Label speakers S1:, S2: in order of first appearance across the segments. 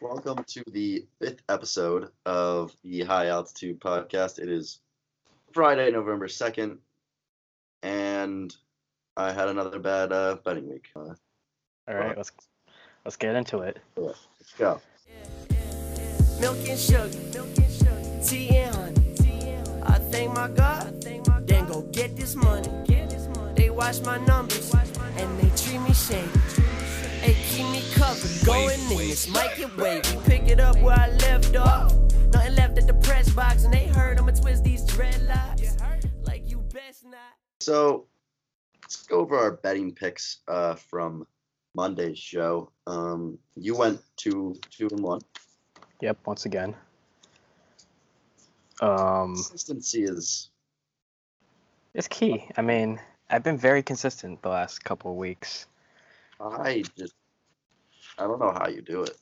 S1: Welcome to the fifth episode of the High Altitude Podcast. It is Friday, November 2nd, and I had another bad uh, betting week. Uh,
S2: All right, let's let's get into it.
S1: let's go.
S3: Milk and sugar, milk and sugar, tea and honey. I thank my God, then go get this money. They watch my numbers and they treat me shady. They keep me covered, going in this might get wavy. Pick it up where I left off. Nothing left at the press box, and they heard I'ma twist these dreadlocks. Like you best not.
S1: So let's go over our betting picks uh, from Monday's show. Um, you went two, two and one.
S2: Yep, once again. Um,
S1: Consistency is
S2: it's key. I mean, I've been very consistent the last couple of weeks.
S1: I just I don't know how you do it.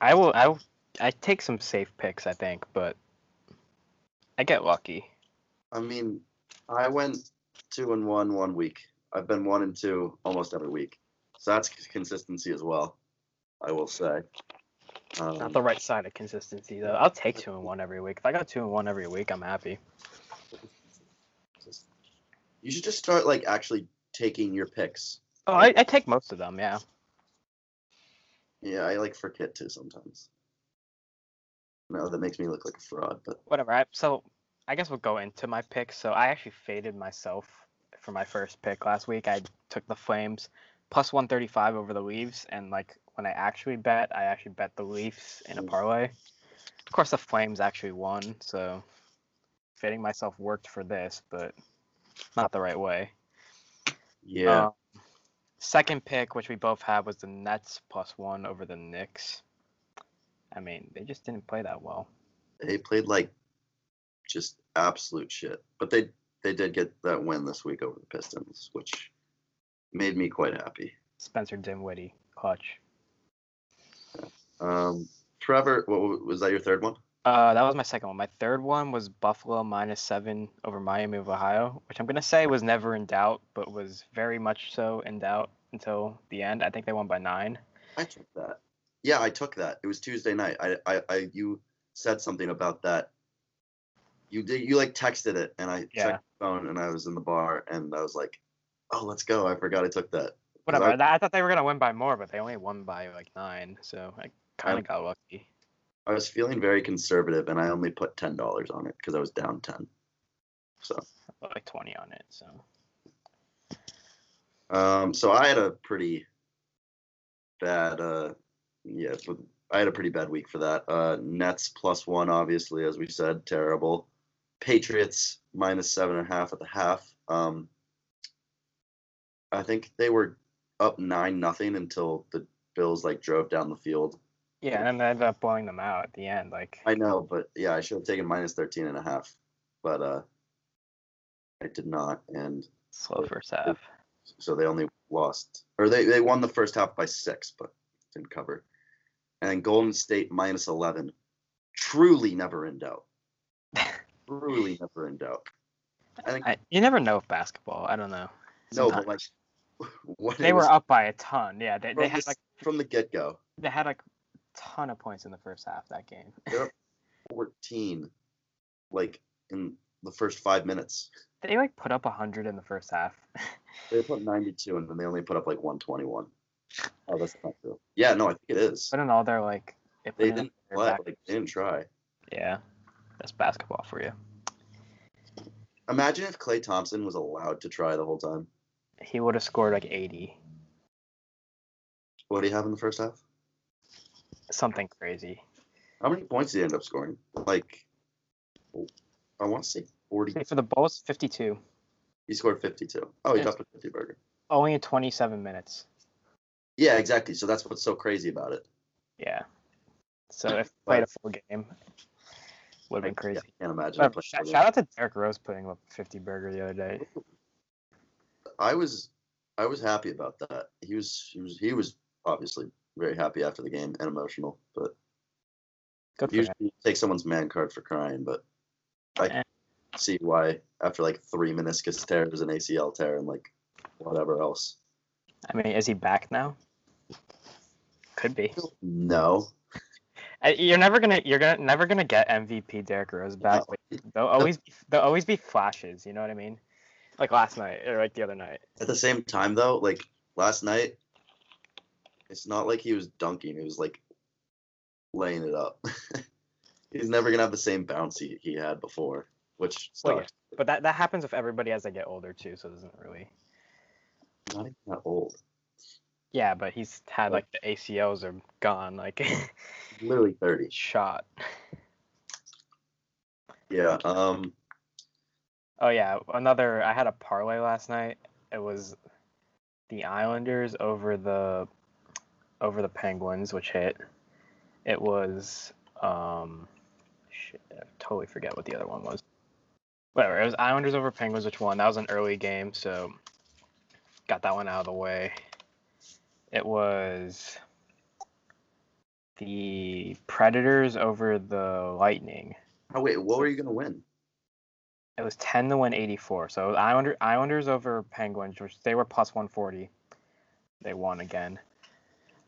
S2: I will. I will- I take some safe picks, I think, but I get lucky.
S1: I mean, I went two and one one week. I've been one and two almost every week, so that's c- consistency as well. I will say. Um,
S2: Not the right side of consistency, though. I'll take two and one every week. If I got two and one every week, I'm happy.
S1: you should just start like actually taking your picks.
S2: Oh, I, I take most of them. Yeah.
S1: Yeah, I like forget to sometimes. No, that makes me look like a fraud, but
S2: whatever. I, so I guess we'll go into my picks. So I actually faded myself for my first pick last week. I took the Flames plus 135 over the Leafs, and like when I actually bet, I actually bet the Leafs in a
S1: Mm.
S2: parlay. Of course, the Flames actually won, so fading myself worked for this, but not the right way.
S1: yeah,
S2: Um, second pick, which we both had, was the Nets plus one over the Knicks. I mean, they just didn't play that well.
S1: they played like just absolute shit. But they they did get that win this week over the Pistons, which made me quite happy.
S2: Spencer Dinwiddie, clutch.
S1: Um, Trevor, what wa- was that your third one?
S2: Uh, that was my second one. My third one was Buffalo minus seven over Miami of Ohio, which I'm gonna say was never in doubt, but was very much so in doubt until the end. I think they won by nine.
S1: I took that. Yeah, I took that. It was Tuesday night. I, I, I you said something about that. You did. You like texted it, and I
S2: Yeah.
S1: checked my phone, and I was in the bar, and I was like, "Oh, let's go." I forgot I took that.
S2: Whatever.
S1: I-
S2: I, thought they were gonna win by more, but they only won by like nine, so I kind
S1: I'm-
S2: of got lucky.
S1: I was feeling very conservative, and I only put ten dollars on it because I was down ten. So,
S2: I put like twenty on it. So
S1: um, so I had a pretty bad, uh, yeah, but I had a pretty bad week for that. Uh, Nets plus one, obviously, as we said, terrible. Patriots minus seven and a half at the half. Um, I think they were up nine nothing until the Bills like drove down the field.
S2: yeah, and then I ended up blowing them out at the end. Like
S1: I know, but yeah, I should have taken minus 13 and a half, but uh, I did not. And
S2: slow first half.
S1: so they only lost, or they, they won the first half by six, but didn't cover. And then Golden State minus 11. Truly never in doubt. Truly never in doubt. I think,
S2: I, you never know with basketball. I don't know.
S1: no, but like,
S2: sometimes.
S1: what
S2: they
S1: it was
S2: were up by a ton. Yeah, they, they
S1: from,
S2: had
S1: the,
S2: like
S1: from the get go.
S2: they had like a ton of points in the first half that game.
S1: 14, like, in the first five minutes.
S2: They like put up hundred in the first half.
S1: They put 92 and then they only put up like 121. Oh, that's not true. Yeah, no, I think it is.
S2: But in all, they're like they, put
S1: They
S2: in
S1: didn't
S2: their
S1: play.
S2: back-
S1: Like, they didn't try.
S2: Yeah, that's basketball for you.
S1: Imagine if Clay Thompson was allowed to try the whole time.
S2: He would have scored like eighty,
S1: What did he have in the first half?
S2: something crazy.
S1: How many points did he end up scoring? Like, I want to say 40.
S2: For the Bulls, fifty-two,
S1: He scored 52. Oh, he
S2: Yeah.
S1: dropped a 50 burger.
S2: only in twenty-seven minutes.
S1: Yeah, exactly. So that's what's so crazy about it.
S2: Yeah. So if he played a full game, would have
S1: Yeah,
S2: been crazy.
S1: I can't imagine. him
S2: Whatever,
S1: playing
S2: shout,
S1: for them.
S2: shout out to Derek Rose putting up fifty burger the other day.
S1: I was I was happy about that. He was he was he was obviously very happy after the game and emotional, but
S2: Good for him.
S1: usually take someone's man card for crying, but I
S2: Eh.
S1: see why after like three meniscus tears and ACL tear and like whatever else.
S2: I mean, is he back now? Could be.
S1: No,
S2: I- You're never gonna you're gonna never gonna get MVP Derrick Rose back.
S4: No.
S2: But there'll always be, there'll always be flashes. You know what I mean? Like last night or like the other night.
S4: At the same time, though, like last night, it's not like he was dunking. He was like laying it up. He's never gonna have the same bounce he, he had before, which sucks.
S2: Well, Oh, yeah. But that that happens with everybody as they get older too. So it doesn't really.
S4: Not even that old.
S2: Yeah, but he's had
S4: Like-
S2: like the ACLs are gone, like
S4: Literally thirty.
S2: shot.
S4: Yeah. Um.
S2: Oh yeah, another. I had a parlay last night. It was the Islanders over the over the Penguins, which hit. It was um, shit, I totally forget what the other one was. Whatever. It was Islanders over Penguins, which won. That was an early game, so got that one out of the way. It was the Predators over the Lightning.
S4: Oh wait, what were you gonna win?
S2: It was ten to one eighty four. So Islander, Islanders over Penguins, which they were plus one forty. They won again.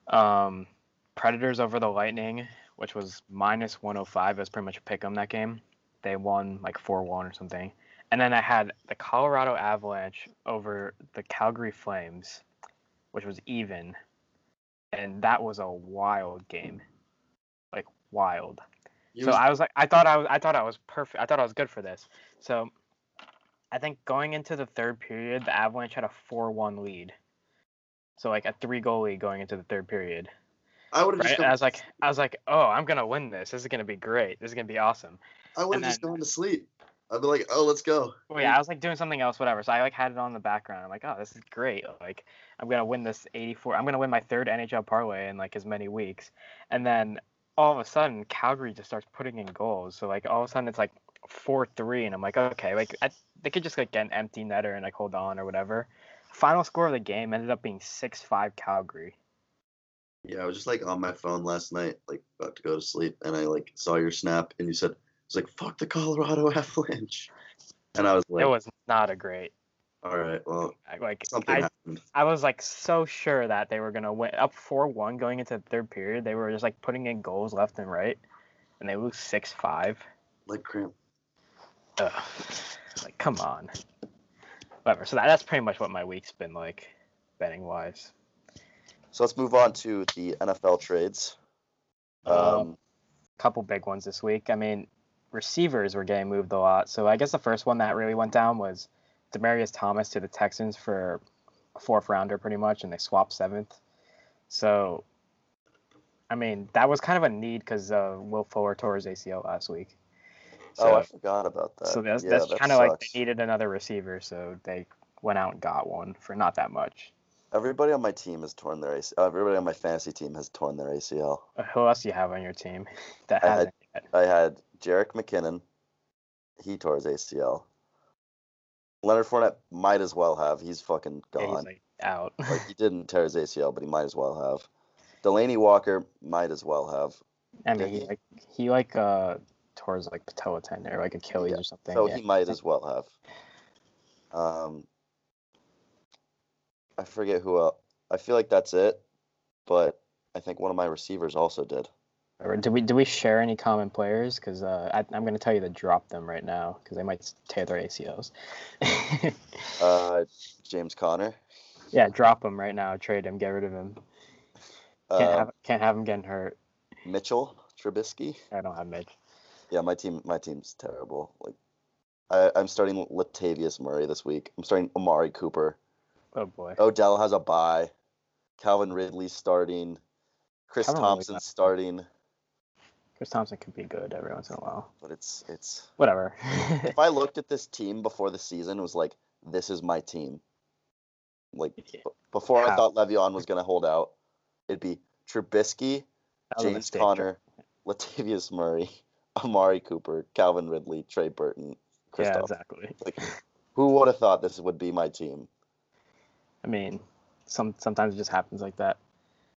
S2: Um, Predators over the Lightning, which was minus one hundred five. It was pretty much a pick 'em that game. They won like four one or something. And then I had the Colorado Avalanche over the Calgary Flames, which was even, and that was a wild game, like wild.
S4: You
S2: So
S4: was-
S2: I was like, I thought I was, I thought I was perfect. I thought I was good for this. So I think going into the third period, the Avalanche had a four-one lead. So like a three-goal lead going into the third period.
S4: I would have
S2: Right?
S4: just.
S2: And
S4: Gone,
S2: I was like, I was like, oh, I'm gonna win this. This is gonna be great. This is gonna be awesome.
S4: I would
S2: and
S4: have just
S2: then-
S4: gone to sleep. I'd be like, oh, let's go.
S2: Well, yeah, I was like doing something else, whatever. So I like had it on in the background. I'm like, oh, this is great. Like, I'm gonna win this 84. I'm gonna win my third NHL parlay in like as many weeks. And then all of a sudden, Calgary just starts putting in goals. So like all of a sudden, it's like four three, and I'm like, okay, like I, they could just like get an empty netter and like hold on or whatever. Final score of the game ended up being six five Calgary.
S4: Yeah, I was just like on my phone last night, like about to go to sleep, and I like saw your snap, and you said it's like fuck the Colorado Avalanche, and I was like,
S2: It was not a great.
S4: all right, well,
S2: I- Like
S4: something
S2: I
S4: happened.
S2: I was like so sure that they were gonna win up four one going into the third period. They were just like putting in goals left and right, and they lose six five.
S4: Like cramp.
S2: Ugh. Like come on. Whatever. So that, that's pretty much what my week's been like, betting wise.
S4: So let's move on to the NFL trades.
S2: Oh,
S4: Um,
S2: couple big ones this week. I mean, receivers were getting moved a lot. So I guess the first one that really went down was Demarius Thomas to the Texans for a fourth rounder, pretty much, and they swapped seventh. So, I mean, that was kind of a need because uh, Will Fuller tore his ACL last week. So,
S1: Oh, I forgot about that.
S2: so that's,
S1: Yeah,
S2: that's
S1: that
S2: kind of like
S1: sucks.
S2: they needed another receiver, so they went out and got one for not that much.
S1: everybody on my team has torn their ACL. Everybody on my fantasy team has torn their ACL.
S2: Uh, Who else do you have on your team that
S1: I- I-
S2: hasn't? yet?
S1: I had Jarek McKinnon. He tore his ACL. Leonard Fournette might as well have. He's fucking
S2: Yeah,
S1: gone.
S2: he's like out.
S1: like... he didn't tear his ACL, but he might as well have. Delaney Walker might as well have.
S2: I
S1: Did
S2: mean, he
S1: he?
S2: like he like uh towards like patella tendon or like Achilles
S1: Yeah,
S2: or something.
S1: so
S2: yeah.
S1: he might as well have. Um, I forget who else. I feel like that's it, but I think one of my receivers also did.
S2: Or do we do we share any common players? Because uh, I, I'm going to tell you to drop them right now because they might tear their ACLs.
S1: Uh, James Conner.
S2: yeah, drop them right now. Trade him. Get rid of him. Can't
S1: Uh,
S2: have can't have him getting hurt.
S1: Mitchell Trubisky.
S2: I don't have Mitch.
S1: Yeah, my team. My team's terrible. Like, I, I'm starting Latavius Murray this week. I'm starting Amari Cooper.
S2: Oh boy.
S1: Odell has a bye. Calvin Ridley starting. Chris
S2: Calvin Ridley
S1: Thompson
S2: left.
S1: starting.
S2: Chris Thompson could be good every once in a while.
S1: But it's it's.
S2: Whatever.
S1: If I looked at this team before the season, it was like this is my team. Like b- before, I
S2: How?
S1: thought Le'Veon was gonna hold out. It'd be Trubisky,
S2: That was a
S1: James
S2: mistake.
S1: Conner, Latavius Murray, Amari Cooper, Calvin Ridley, Trey Burton, Chris
S2: Yeah,
S1: Thompson.
S2: exactly.
S1: Like, who would have thought this would be my team?
S2: I mean, some sometimes it just happens like that.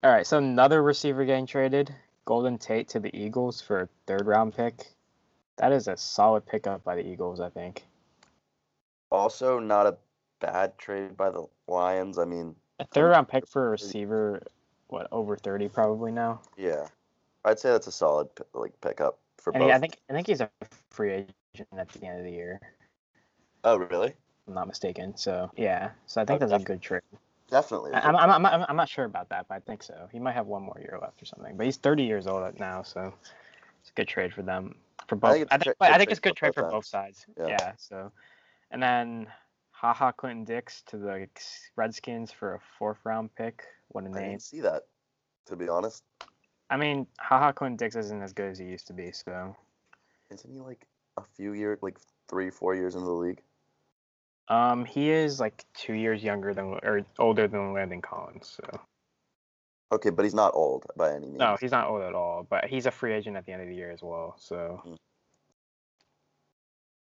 S2: All right, so another receiver getting traded, Golden Tate to the Eagles for a third round pick. That is a solid pickup by the Eagles, I think.
S1: Also, not a bad trade by the Lions. I mean,
S2: A third round pick for a receiver, what over thirty probably now.
S1: yeah, I'd say that's a solid p- like pickup for
S2: And
S1: both.
S2: he, I think I think he's a free agent at the end of the year,
S1: oh, really?
S2: if I'm not mistaken. So yeah, so I think that's a good trade.
S1: Definitely.
S2: I- I'm, I'm, I'm, I'm, I'm not sure about that, but I think so. He might have one more year left or something. But he's 30 years old now, so it's a good trade for them. For both, I
S1: think
S2: think,
S1: it's a
S2: I think,
S1: tra- good
S2: it's a
S1: trade
S2: good
S1: for
S2: trade for
S1: both
S2: both sides.
S1: Yeah.
S2: Yeah. So, and then, haha, Clinton Dix to the Redskins for a fourth round pick. What a
S1: I
S2: name!
S1: didn't see that. To be honest,
S2: I mean, haha, Clinton Dix isn't as good as he used to be. So,
S1: isn't he like a few years, like three, four years into the league?
S2: um, he is like two years younger than or older than Landon Collins. So,
S1: Okay, but he's not old by any means.
S2: no, he's not old at all, but he's a free agent at the end of the year as well. So,
S1: Mm.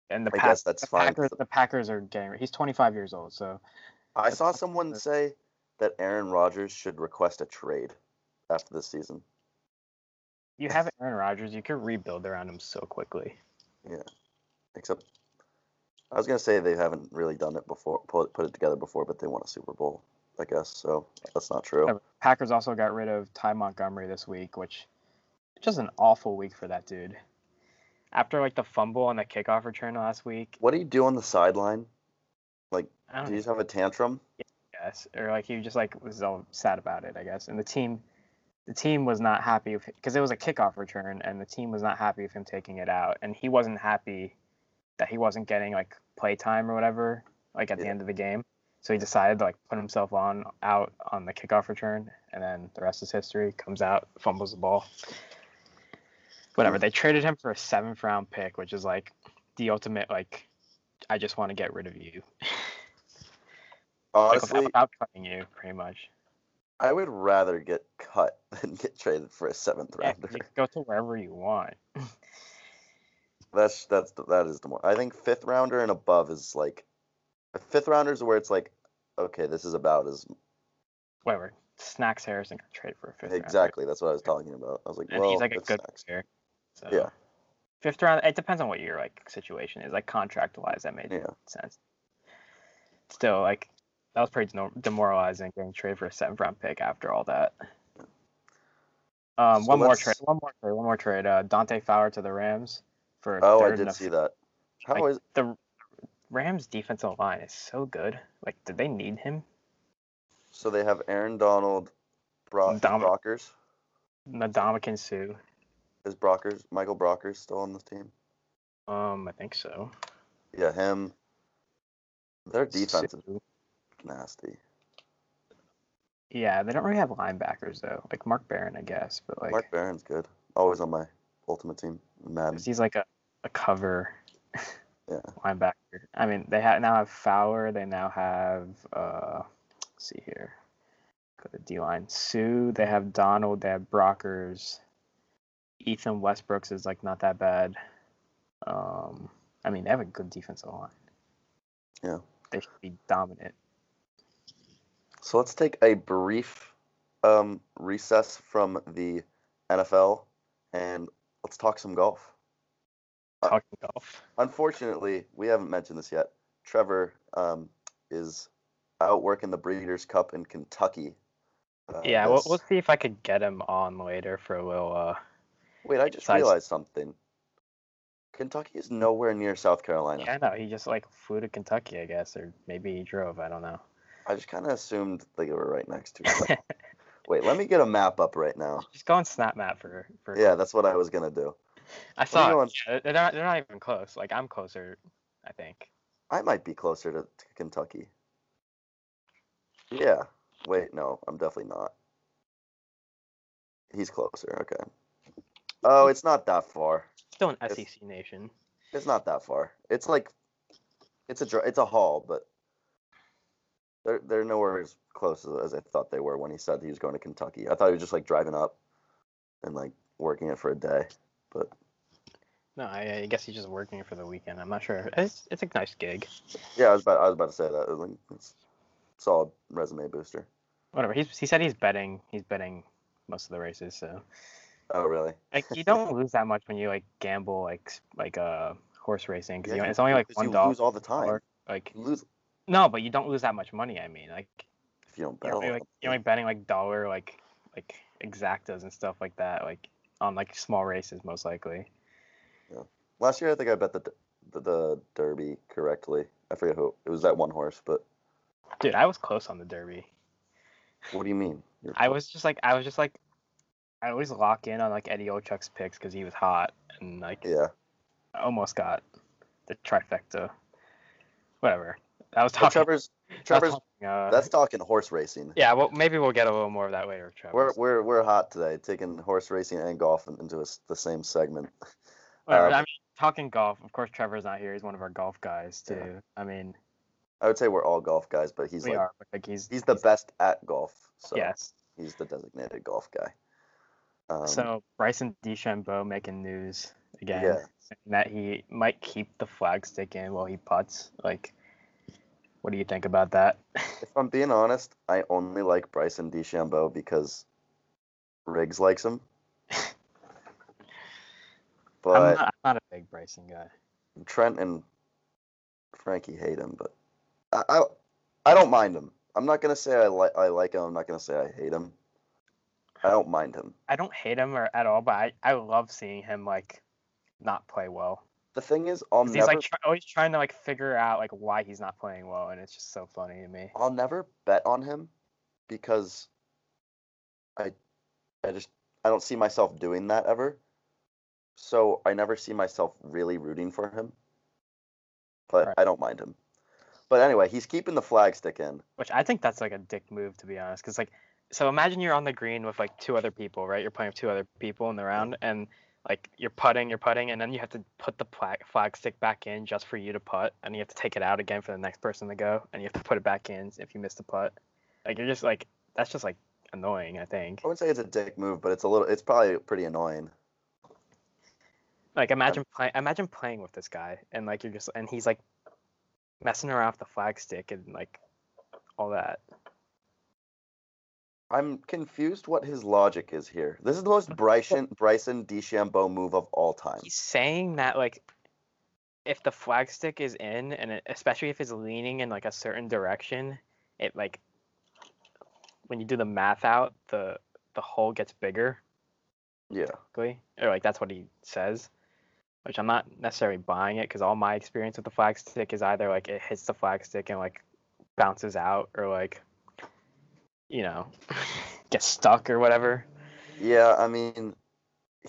S2: and the,
S1: I
S2: Pack-
S1: guess that's
S2: the
S1: fine, 'cause
S2: Packers, the Packers are getting. He's 25 years old, so
S1: I saw someone say that Aaron Rodgers should request a trade after this season.
S2: you have Aaron Rodgers. You could rebuild around him so quickly.
S1: Except, I was gonna say they haven't really done it before, put put it together before, but they won a Super Bowl, I guess. So that's not true.
S2: Packers also got rid of Ty Montgomery this week, which just an awful week for that dude. After like the fumble on the kickoff return last week,
S1: What do you do on the sideline?
S2: I
S1: Do
S2: don't
S1: you
S2: know,
S1: just have a tantrum?
S2: I guess, or like he just like was all sad about it, I guess. And the team, the team was not happy because it was a kickoff return, and the team was not happy with him taking it out, and he wasn't happy that he wasn't getting like play time or whatever, like at the
S1: Yeah.
S2: end of the game. So he decided to like put himself on out on the kickoff return, and then the rest is history. Comes out, fumbles the ball. Whatever. They traded him for a seventh round pick, which is like the ultimate like, I just want to get rid of you. Like,
S1: Honestly,
S2: without cutting you, pretty much.
S1: I would rather get cut than get traded for a seventh
S2: Yeah,
S1: rounder.
S2: you can go to wherever you want.
S1: That's that's the- that is the more. I think fifth rounder and above is like, a fifth rounder is where it's like, okay, this is about as
S2: Whatever. Snacks Harrison got traded for a fifth round.
S1: exactly. That's what I was talking about. I was like,
S2: And
S1: well,
S2: he's like a
S1: that's
S2: good
S1: next.
S2: player. So
S1: Yeah.
S2: Fifth round it depends on what your like situation is. Like contract wise that made
S1: Yeah.
S2: sense. Still like that was pretty denor- demoralizing getting traded for a seventh round pick after all that. Um,
S1: So
S2: one more
S1: let's-
S2: trade. One more trade. One more trade. Uh, Dante Fowler to the Rams for a
S1: Oh,
S2: third
S1: I
S2: and
S1: did
S2: a
S1: see that. How is
S2: Like, the Rams defensive line is so good. Like, did they need him?
S1: so they have Aaron Donald, Brock,
S2: Dom-
S1: Brockers.
S2: Nadamakin Sue.
S1: Is Brockers Michael Brockers still on this team?
S2: Um, I think so.
S1: Yeah, him. Their defense is
S2: Sue.
S1: nasty.
S2: Yeah, they don't really have linebackers though. Like Mark Barron, I guess, but like
S1: Mark Barron's good. Always on my ultimate team. Madden.
S2: he's like a, a cover
S1: Yeah.
S2: linebacker. I mean, they ha- now have Fowler. They now have uh, let's see here, go to D line. Sue. They have Donald. They have Brockers. Ethan Westbrooks is like not that bad. Um, I mean, they have a good defensive line.
S1: Yeah.
S2: they should be dominant.
S1: So let's take a brief um, recess from the NFL and let's talk some golf. Uh,
S2: Talking golf.
S1: Unfortunately, we haven't mentioned this yet. Trevor um, is out working the Breeders' Cup in Kentucky. uh,
S2: Yeah, we'll,
S1: this-
S2: we'll see if I could get him on later for a little. Uh,
S1: Wait, I just
S2: Besides-
S1: realized something. Kentucky is nowhere near South Carolina.
S2: yeah, I know he just like flew to Kentucky, I guess, or maybe he drove. I don't know.
S1: I just kind of assumed they were right next to each other. Wait, let me get a map up right now.
S2: Just go on Snap Map for for.
S1: Yeah, that's what I was gonna do.
S2: I
S1: Let me
S2: saw.
S1: go
S2: it.
S1: on-
S2: Yeah, they're not. They're not even close. Like I'm closer, I think.
S1: I might be closer to, to Kentucky. Yeah. Wait, no, I'm definitely not. He's closer. Okay. Oh, it's not that far.
S2: Still an
S1: Yes.
S2: SEC nation.
S1: It's not that far. It's like, it's a dri- it's a haul, but they're they're nowhere as close as, as I thought they were when he said he was going to Kentucky. I thought he was just like driving up, and like working it for a day. But
S2: No, I, I guess he's just working for the weekend. I'm not sure. It's it's a nice gig.
S1: yeah, I was about I was about to say that. It was like, it's solid resume booster.
S2: Whatever. He's he said he's betting. He's betting most of the races. So
S1: Oh, really?
S2: like you don't lose that much when you like gamble like s- like uh horse racing because
S1: Yeah,
S2: it's only like
S1: 'cause
S2: one
S1: you
S2: dollar.
S1: lose all the time.
S2: Like
S1: You lose
S2: no, but you don't lose that much money. I mean, like
S1: if you don't bet.
S2: you're
S1: on
S2: only, like
S1: them.
S2: you're only betting like dollar like like exactas and stuff like that. Like on like small races most likely.
S1: Last year, I think I bet the d- the, the Derby correctly. I forget who it was. That one horse, but
S2: Dude, I was close on the Derby.
S1: what do you mean? You're-
S2: I was just like I was just like I always lock in on like Eddie Olchuk's picks because he was hot and like
S1: yeah,
S2: I almost got the trifecta. Whatever. That was
S1: But
S2: talking.
S1: Trevor's
S2: that was
S1: Trevor's
S2: talking, uh,
S1: that's talking horse racing.
S2: yeah. Well, maybe we'll get a little more of that later, Trevor.
S1: We're, we're we're hot today, taking horse racing and golf into a s the same segment.
S2: Whatever,
S1: Um,
S2: I mean, talking golf. Of course, Trevor's not here. He's one of our golf guys too.
S1: Yeah.
S2: I mean,
S1: I would say we're all golf guys, but he's
S2: we
S1: like
S2: are. But, like he's
S1: he's the best at golf. So
S2: yes.
S1: he's the designated golf guy. Um,
S2: so Bryson DeChambeau making news again,
S1: Yeah.
S2: saying that he might keep the flag stick in while he putts. Like, what do you think about that?
S1: if I'm being honest, I only like Bryson DeChambeau because Riggs likes him.
S2: I'm,
S1: but
S2: not, I'm not a big Bryson guy.
S1: Trent and Frankie hate him, but I, I I don't mind him. I'm not gonna say I like I like him. I'm not gonna say I hate him. I don't mind him.
S2: I don't hate him or, at all, but I, I love seeing him like not play well.
S1: The thing is, I'll
S2: 'Cause
S1: never
S2: He's like try, always trying to like figure out like why he's not playing well, and it's just so funny to me.
S1: I'll never bet on him because I I just I don't see myself doing that ever. So I never see myself really rooting for him. But
S2: Right.
S1: I don't mind him. But anyway, he's keeping the flag stick in.
S2: Which I think that's like a dick move to be honest, because like so imagine you're on the green with like two other people, right? You're playing with two other people in the round, and like you're putting, you're putting, and then you have to put the flag, flag stick back in just for you to putt, and you have to take it out again for the next person to go, and you have to put it back in if you miss the putt. Like you're just like that's just like annoying. I think.
S1: I wouldn't say it's a dick move, but it's a little it's probably pretty annoying.
S2: Like imagine playing imagine playing with this guy and like you're just and he's like messing around with the flag stick and like all that.
S1: I'm confused what his logic is here. This is the most Bryson Bryson DeChambeau move of all time.
S2: He's saying that like if the flag stick is in and it, especially if it's leaning in like a certain direction, it like when you do the math out, the the hole gets bigger,
S1: Yeah.
S2: basically. Or like that's what he says. Which I'm not necessarily buying it because all my experience with the flag stick is either like it hits the flag stick and like bounces out or like you know gets stuck or whatever.
S1: Yeah, I mean,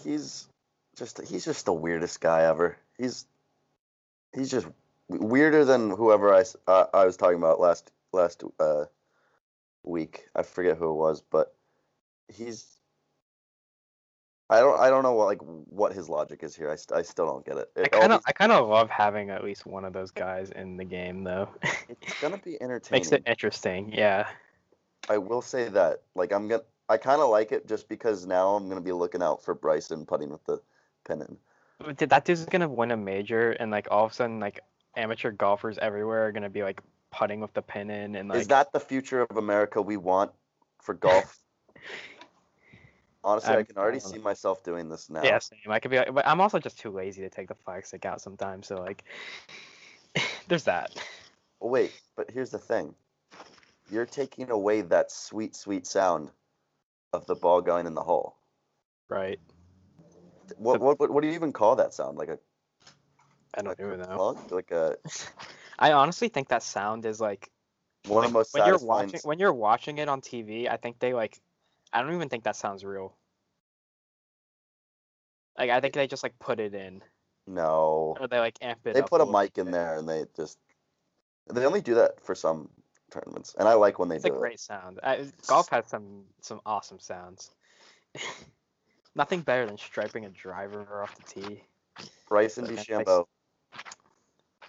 S1: he's just he's just the weirdest guy ever. He's he's just weirder than whoever I s- I- I was talking about last last uh week. I forget who it was, but he's I don't I don't know what like what his logic is here. I, st- I still don't get it.
S2: I
S1: It- all
S2: kind of
S1: these-
S2: I kind of love having at least one of those guys in the game though.
S1: it's gonna be entertaining.
S2: Makes it interesting. Yeah.
S1: I will say that like I'm gonna I kind of like it just because now I'm gonna be looking out for Bryson putting with the pennant.
S2: But dude, That dude's gonna win a major and like all of a sudden like amateur golfers everywhere are gonna be like putting with the pin in and like
S1: is that the future of America we want for golf? Honestly, i
S2: I'm-
S1: can already
S2: I don't
S1: see myself doing this now.
S2: Yeah, same. I could be like, but I'm also just too lazy to take the flag stick out sometimes. So like, there's that.
S1: Oh, wait, but here's the thing: you're taking away that sweet, sweet sound of the ball going in the hole.
S2: Right.
S1: What,
S2: The-
S1: what, what, what do you even call that sound? Like a
S2: I don't
S1: like
S2: even
S1: a
S2: know.
S1: plug? Like a
S2: I honestly think that sound is like
S1: one of the most
S2: when you're
S1: satisfying
S2: watching when you're watching it on TV. I think they like. I don't even think that sounds real. Like I think they just like put it in,
S1: No,
S2: or they like amp it.
S1: they
S2: up
S1: put a
S2: little
S1: mic in
S2: bit.
S1: there and they just they only do that for some tournaments, and I like when they
S2: It's a
S1: do it.
S2: great sound. I, golf has some some awesome sounds. Nothing better than striping a driver off the tee.
S1: Bryson
S2: Okay, thanks.
S1: DeChambeau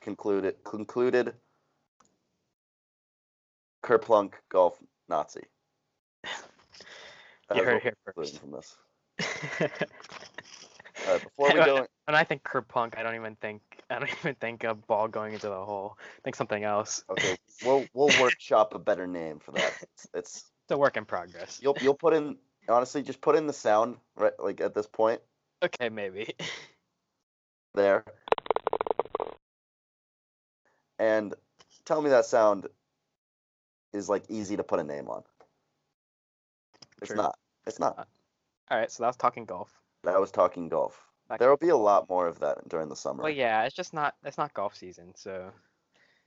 S1: concluded concluded Kerplunk golf Nazi. That
S2: You
S1: is
S2: heard
S1: what
S2: it here
S1: we're
S2: first.
S1: concluding from this.
S2: when
S1: All right, before we go, in-
S2: I think Kerplunk, I don't even think I don't even think a ball going into the hole. I think something else.
S1: okay, we'll we'll workshop a better name for that. It's, it's
S2: It's a work in progress.
S1: you'll you'll put in honestly, just put in the sound right like at this point
S2: Okay, maybe.
S1: there, and tell me that sound is like easy to put a name on. It's
S2: True. Uh,
S1: not. It's not.
S2: All right, so that was talking golf.
S1: That was talking golf.
S2: Like-
S1: There will be a lot more of that during the summer.
S2: But Oh, yeah, it's just not it's not golf season. So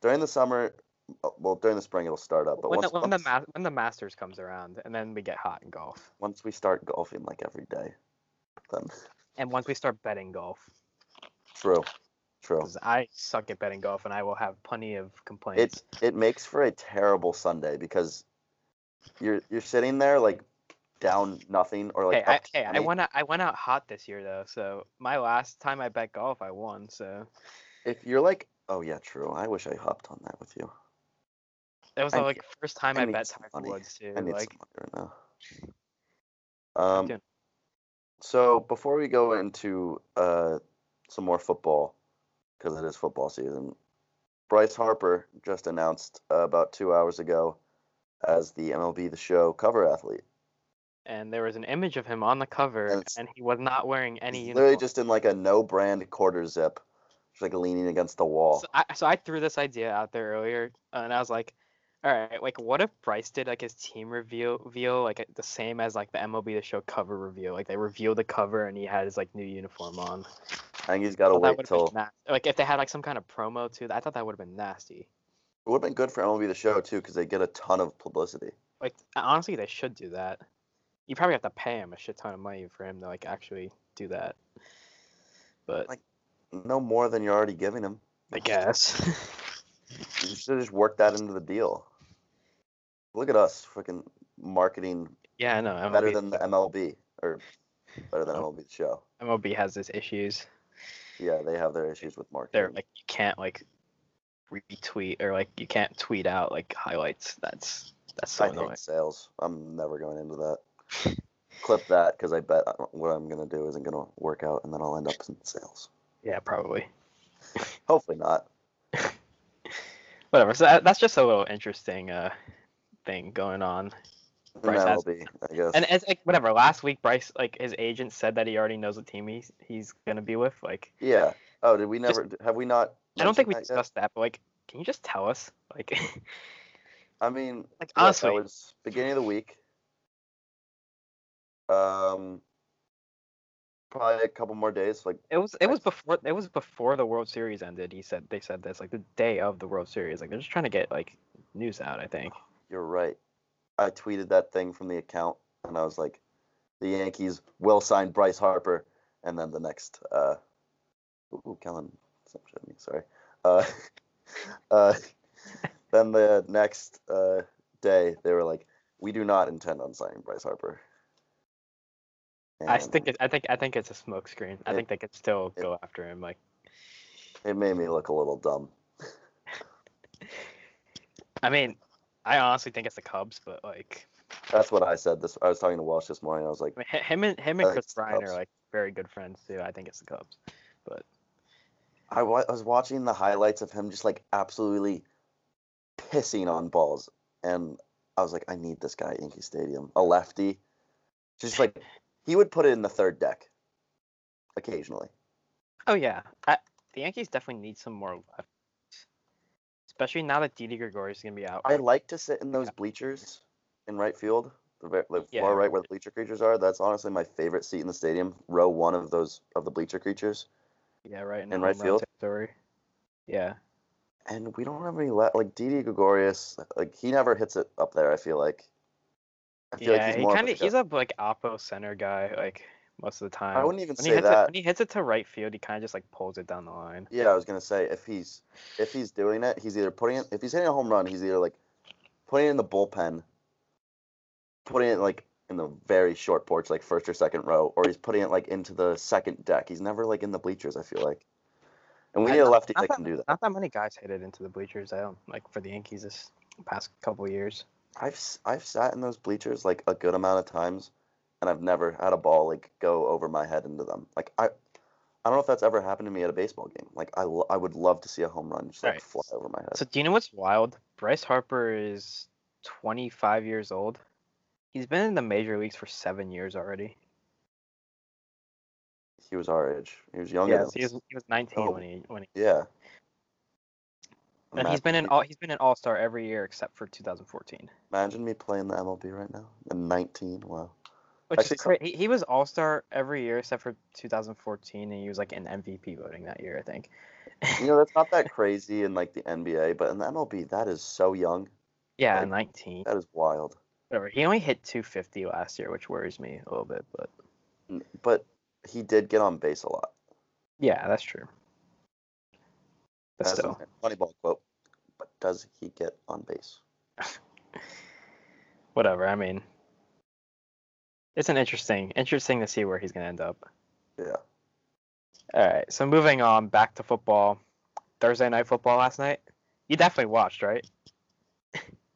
S1: During the summer, uh, well, during the spring it'll start up. But
S2: when the,
S1: once,
S2: when the
S1: once,
S2: ma- when the Masters comes around, and then we get hot in golf,
S1: once we start golfing like every day, then
S2: and once we start betting golf,
S1: true, true.
S2: because I suck at betting golf, and I will have plenty of complaints.
S1: It it makes for a terrible Sunday because you're you're sitting there like down nothing or like
S2: hey, I,
S1: up
S2: hey, I
S1: 20.
S2: went out, I went out hot this year though. So my last time I bet golf, I won. So
S1: if you're like oh yeah true I wish I hopped on that with you
S2: that was
S1: I
S2: the
S1: need-
S2: like first time
S1: I
S2: I,
S1: need
S2: bet
S1: some
S2: Tiger
S1: money.
S2: Woods too.
S1: I need
S2: Like
S1: some money right now. Um,
S2: doing-
S1: So before we go into uh, some more football, because it is football season, Bryce Harper just announced uh, about two hours ago as the MLB The Show cover athlete.
S2: and there was an image of him on the cover,
S1: And
S2: and,
S1: it's-
S2: he was not wearing any
S1: He's
S2: uniform.
S1: literally just in like a no-brand quarter zip, just like leaning against the wall.
S2: So I, so I threw this idea out there earlier, uh, and I was like, all right, like what if Bryce did like his team reveal, reveal like uh, the same as like the MLB The Show cover reveal, like they revealed the cover and he had his like new uniform on.
S1: I think he's got to
S2: Thought that
S1: wait
S2: would've
S1: till.
S2: been nasty. like if they had like some kind of promo too. I thought that would have been nasty.
S1: It would have been good for MLB The Show too, because they get a ton of publicity.
S2: Like honestly, they should do that. You probably have to pay him a shit ton of money for him to like actually do that. But
S1: Like- No more than you're already giving him.
S2: I guess
S1: You should just work that into the deal. Look at us, freaking marketing
S2: yeah, I know
S1: better
S2: MLB
S1: than the MLB or better than MLB show.
S2: MLB has its issues.
S1: Yeah, they have their issues with
S2: they're
S1: marketing.
S2: like you can't like retweet or like you can't tweet out like highlights. That's that's so
S1: I
S2: annoying.
S1: hate sales. I'm never going into that. Clip that because I bet uh, what I'm gonna do isn't gonna work out, and then I'll end up in sales.
S2: Yeah, probably.
S1: Hopefully not.
S2: Whatever. So that, that's just a little interesting uh thing going on.
S1: In
S2: Bryce has-
S1: MLB, I guess.
S2: And it's like whatever. Last week, Bryce like his agent said that he already knows what team he's he's gonna be with. Like
S1: yeah. Oh, did we never? have we not?
S2: I don't think we
S1: mentioned that yet?
S2: discussed that, but like can you just tell us like
S1: I mean,
S2: like
S1: Yeah,
S2: honestly
S1: that was beginning of the week. Um, probably a couple more days. Like,
S2: it was it was before it was before the World Series ended. He said they said this like the day of the World Series. Like they're just trying to get like news out. I think.
S1: you're right. I tweeted that thing from the account, and I was like, "The Yankees will sign Bryce Harper," and then the next, uh, ooh, Kellen, Snapchat me, sorry. Uh, uh, then the next uh, day, they were like, "We do not intend on signing Bryce Harper."
S2: I
S1: And-
S2: think it, I think I think it's a smokescreen. I
S1: It-
S2: think they could still
S1: it-
S2: go after him. Like
S1: it made me look a little dumb.
S2: I mean, I honestly think it's the Cubs, but like
S1: That's what I said. This I was talking to Walsh this morning. I was like,
S2: I mean, h- him and him
S1: I
S2: and
S1: think
S2: Chris
S1: it's the
S2: Bryan
S1: Cubs.
S2: are like very good friends too. I think it's the Cubs.
S1: I wa- I was watching the highlights of him just like absolutely pissing on balls, and I was like, I need this guy at Yankee Stadium, a lefty. Just like he would put it in the third deck occasionally.
S2: Oh yeah, I, the Yankees definitely need some more left, especially now that Didi Gregorius is gonna be out.
S1: I like to sit in those bleachers in right field, the ve- like
S2: Yeah.
S1: far right where the bleacher creatures are. That's honestly my favorite seat in the stadium, row one of those of the bleacher creatures.
S2: yeah, right
S1: in
S2: in, home
S1: right
S2: run
S1: field?
S2: territory. Yeah,
S1: and we don't have any le- like Didi Gregorius. Like he never hits it up there. I feel like. I feel
S2: yeah.
S1: like he's
S2: he
S1: more.
S2: kind of
S1: of like
S2: he's
S1: a,
S2: a like oppo center guy. Like most of the time.
S1: I wouldn't even
S2: when
S1: say
S2: he hits
S1: that.
S2: It, when he hits it to right field, he kind of just like pulls it down the line.
S1: yeah, I was gonna say if he's if he's doing it, he's either putting it. If he's hitting a home run, he's either like putting it in the bullpen, putting it like in the very short porch, like first or second row, or he's putting it like into the second deck. He's never like in the bleachers. I feel like. And we
S2: Yeah,
S1: need a lefty
S2: not
S1: that can do that.
S2: Not that many guys hit it into the bleachers. I don't like for the Yankees this past couple years.
S1: I've s- I've sat in those bleachers like a good amount of times, and I've never had a ball like go over my head into them. Like I, I don't know if that's ever happened to me at a baseball game. Like I, lo- I would love to see a home run just like
S2: Right.
S1: fly over my head.
S2: So do you know what's wild? Bryce Harper is 25 years old. He's been in the major leagues for seven years already.
S1: He was our age. He was younger.
S2: Yeah,
S1: than
S2: he was,
S1: us.
S2: he was 19
S1: Oh.
S2: when he when he,
S1: yeah.
S2: and he's been in all he's been an All Star every year except for 2014.
S1: Imagine me playing the MLB right now. I'm 19. Wow.
S2: Which
S1: Actually,
S2: is
S1: some-
S2: cra- he, he was All Star every year except for 2014, and he was like in MVP voting that year, I think.
S1: You know, that's not that crazy in like the NBA, but in the MLB, that is so young.
S2: Yeah,
S1: Like-
S2: 19.
S1: That is wild.
S2: Whatever. He only hit 250 last year, which worries me a little bit, but
S1: N- But he did get on base a lot.
S2: yeah, that's true. But
S1: That's
S2: still,
S1: a Moneyball quote. But does he get on base?
S2: whatever. I mean, it's an interesting, interesting to see where he's gonna end up.
S1: Yeah.
S2: All right, so moving on back to football. Thursday night football last night. You definitely watched, right?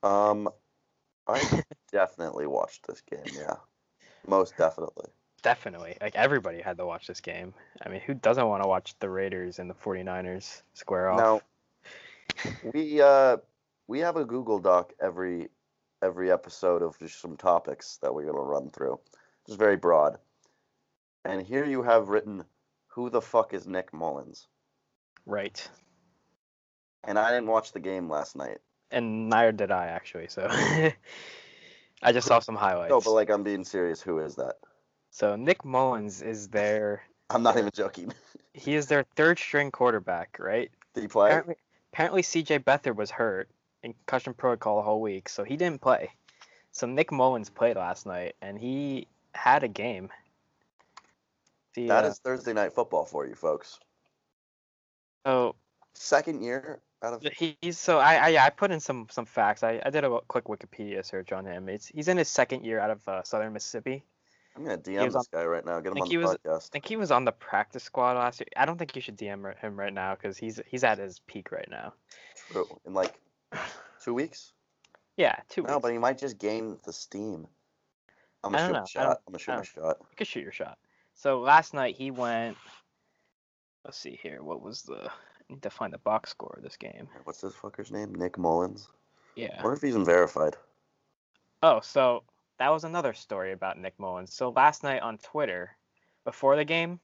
S1: Um, I definitely watched this game. Yeah, most definitely.
S2: Definitely. Like everybody had to watch this game. I mean, who doesn't want to watch the Raiders and the 49ers square off?
S1: Now, we uh, we have a Google Doc every every episode of just some topics that we're gonna run through. It's very broad. And here you have written, "Who the fuck is Nick Mullins?"
S2: Right.
S1: And I didn't watch the game last night.
S2: And neither did I actually, so I just saw some highlights.
S1: No, but like I'm being serious. Who is that?
S2: so Nick Mullins is their
S1: I'm not even joking.
S2: he is their third string quarterback, right?
S1: Did he play?
S2: Apparently, apparently CJ Beathard was hurt in concussion protocol the whole week, so he didn't play. So Nick Mullins played last night, and he had a game. The,
S1: That
S2: uh,
S1: is Thursday night football for you folks.
S2: so
S1: Second year out of
S2: he- he's so I, I yeah, I put in some some facts. I, I did a quick Wikipedia search on him. It's he's in his second year out of uh, Southern Mississippi.
S1: I'm gonna DM
S2: was
S1: this
S2: on-
S1: guy right now. Get him
S2: think
S1: on the
S2: he was-
S1: podcast.
S2: I think he was on the practice squad last year. I don't think you should DM r- him right now because he's he's at his peak right now.
S1: True. In like two weeks.
S2: Yeah, two weeks.
S1: No, but he might just gain the steam. I'm
S2: I
S1: gonna
S2: don't
S1: shoot my
S2: know. I don't-
S1: shot. I'm gonna shoot
S2: I
S1: my shot.
S2: You could shoot your shot. So last night he went. Let's see here. What was the? I need to find the box score of this game.
S1: Alright, What's this fucker's name? Nick Mullins. I
S2: Yeah.
S1: wonder if he's even verified.
S2: Oh, so that was another story about Nick Mullins. So last night on Twitter, before the game,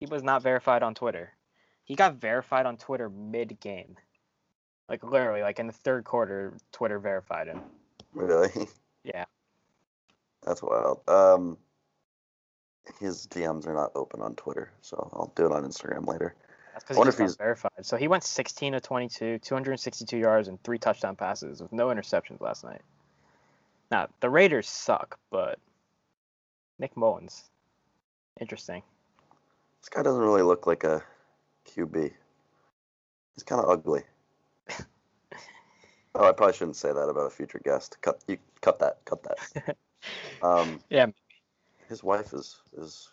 S2: he was not verified on Twitter. He got verified on Twitter mid game. Like literally, like in the third quarter, Twitter verified him.
S1: Really?
S2: Yeah.
S1: That's wild. Um, his DMs are not open on Twitter, so I'll do it on Instagram later.
S2: That's
S1: I
S2: because he
S1: wonder
S2: just
S1: if
S2: got
S1: he's-
S2: verified. So he went 16 of 22, 262 yards, and three touchdown passes with no interceptions last night. Now the Raiders suck, but Nick Mullins, interesting.
S1: This guy doesn't really look like a QB. He's kind of ugly. oh, I probably shouldn't say that about a future guest. Cut you. Cut that. Cut that. um,
S2: Yeah.
S1: his wife is is.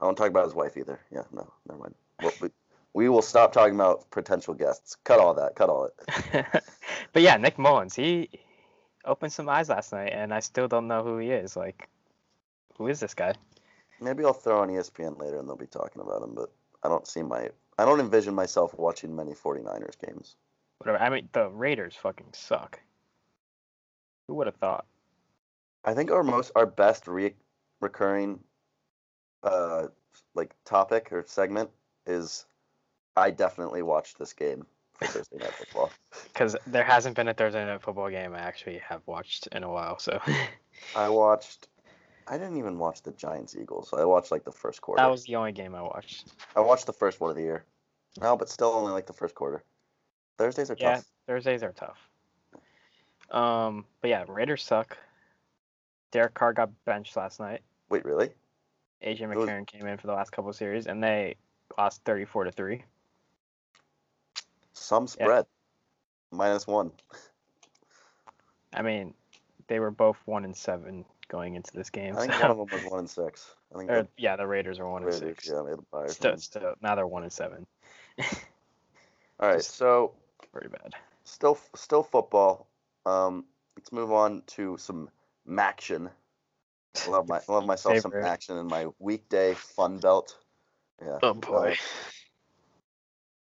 S1: I won't talk about his wife either. Yeah, no, never mind. Well, we, we will stop talking about potential guests. Cut all that. Cut all it.
S2: but yeah, Nick Mullins, he opened some eyes last night, and I still don't know who he is. Like, who is this guy?
S1: Maybe I'll throw on E ESPN later and they'll be talking about him. But I don't see my. I don't envision myself watching many 49ers games.
S2: Whatever. I mean, the Raiders fucking suck. Who would have thought?
S1: I think our most our best re- recurring uh like topic or segment is I definitely watched this game for Thursday Night Football.
S2: Because there hasn't been a Thursday night football game I actually have watched in a while. So
S1: I watched I didn't even watch the Giants Eagles. I watched like the first quarter.
S2: that was the only game I watched.
S1: I watched the first one of the year. No, but still only like the first quarter. Thursdays are
S2: Yeah,
S1: tough.
S2: Thursdays are tough. Um, but yeah, Raiders suck. Derek Carr got benched last night.
S1: Wait, really?
S2: AJ
S1: It was-
S2: McCarron came in for the last couple series, and they lost thirty-four to three.
S1: Some spread. Minus one.
S2: I mean, they were both one and seven going into this game.
S1: I think
S2: so-
S1: one of them was one and six. I think
S2: or,
S1: the
S2: yeah, the Raiders are one
S1: Raiders,
S2: and six.
S1: yeah, made a buy or
S2: Still,
S1: something.
S2: still, now they're one and seven.
S1: All right,
S2: just-
S1: so
S2: Pretty bad.
S1: still still football. Um, let's move on to some action. Love my love myself
S2: Favorite.
S1: some action in my weekday fun belt. Yeah.
S2: Oh boy.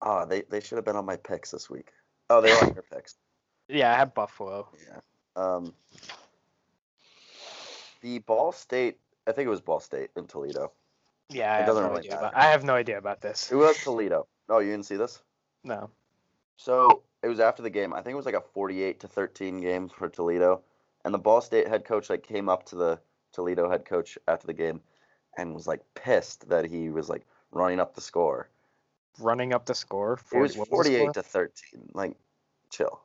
S1: Ah, they they should have been on my picks this week. Oh, they were on your picks.
S2: Yeah, I have Buffalo.
S1: Yeah. Um, the Ball State. I think it was Ball State in Toledo.
S2: Yeah, I
S1: It
S2: have,
S1: doesn't
S2: no
S1: really
S2: idea
S1: matter.
S2: about, I have no idea about this.
S1: It was Toledo. Oh, you didn't see this?
S2: No.
S1: So it was after the game. I think it was like a 48 to 13 game for Toledo, and the Ball State head coach like came up to the Toledo head coach after the game and was like pissed that he was like running up the score.
S2: Running up the score. 40,
S1: It was
S2: what the
S1: 48
S2: score?
S1: to 13. Like, chill.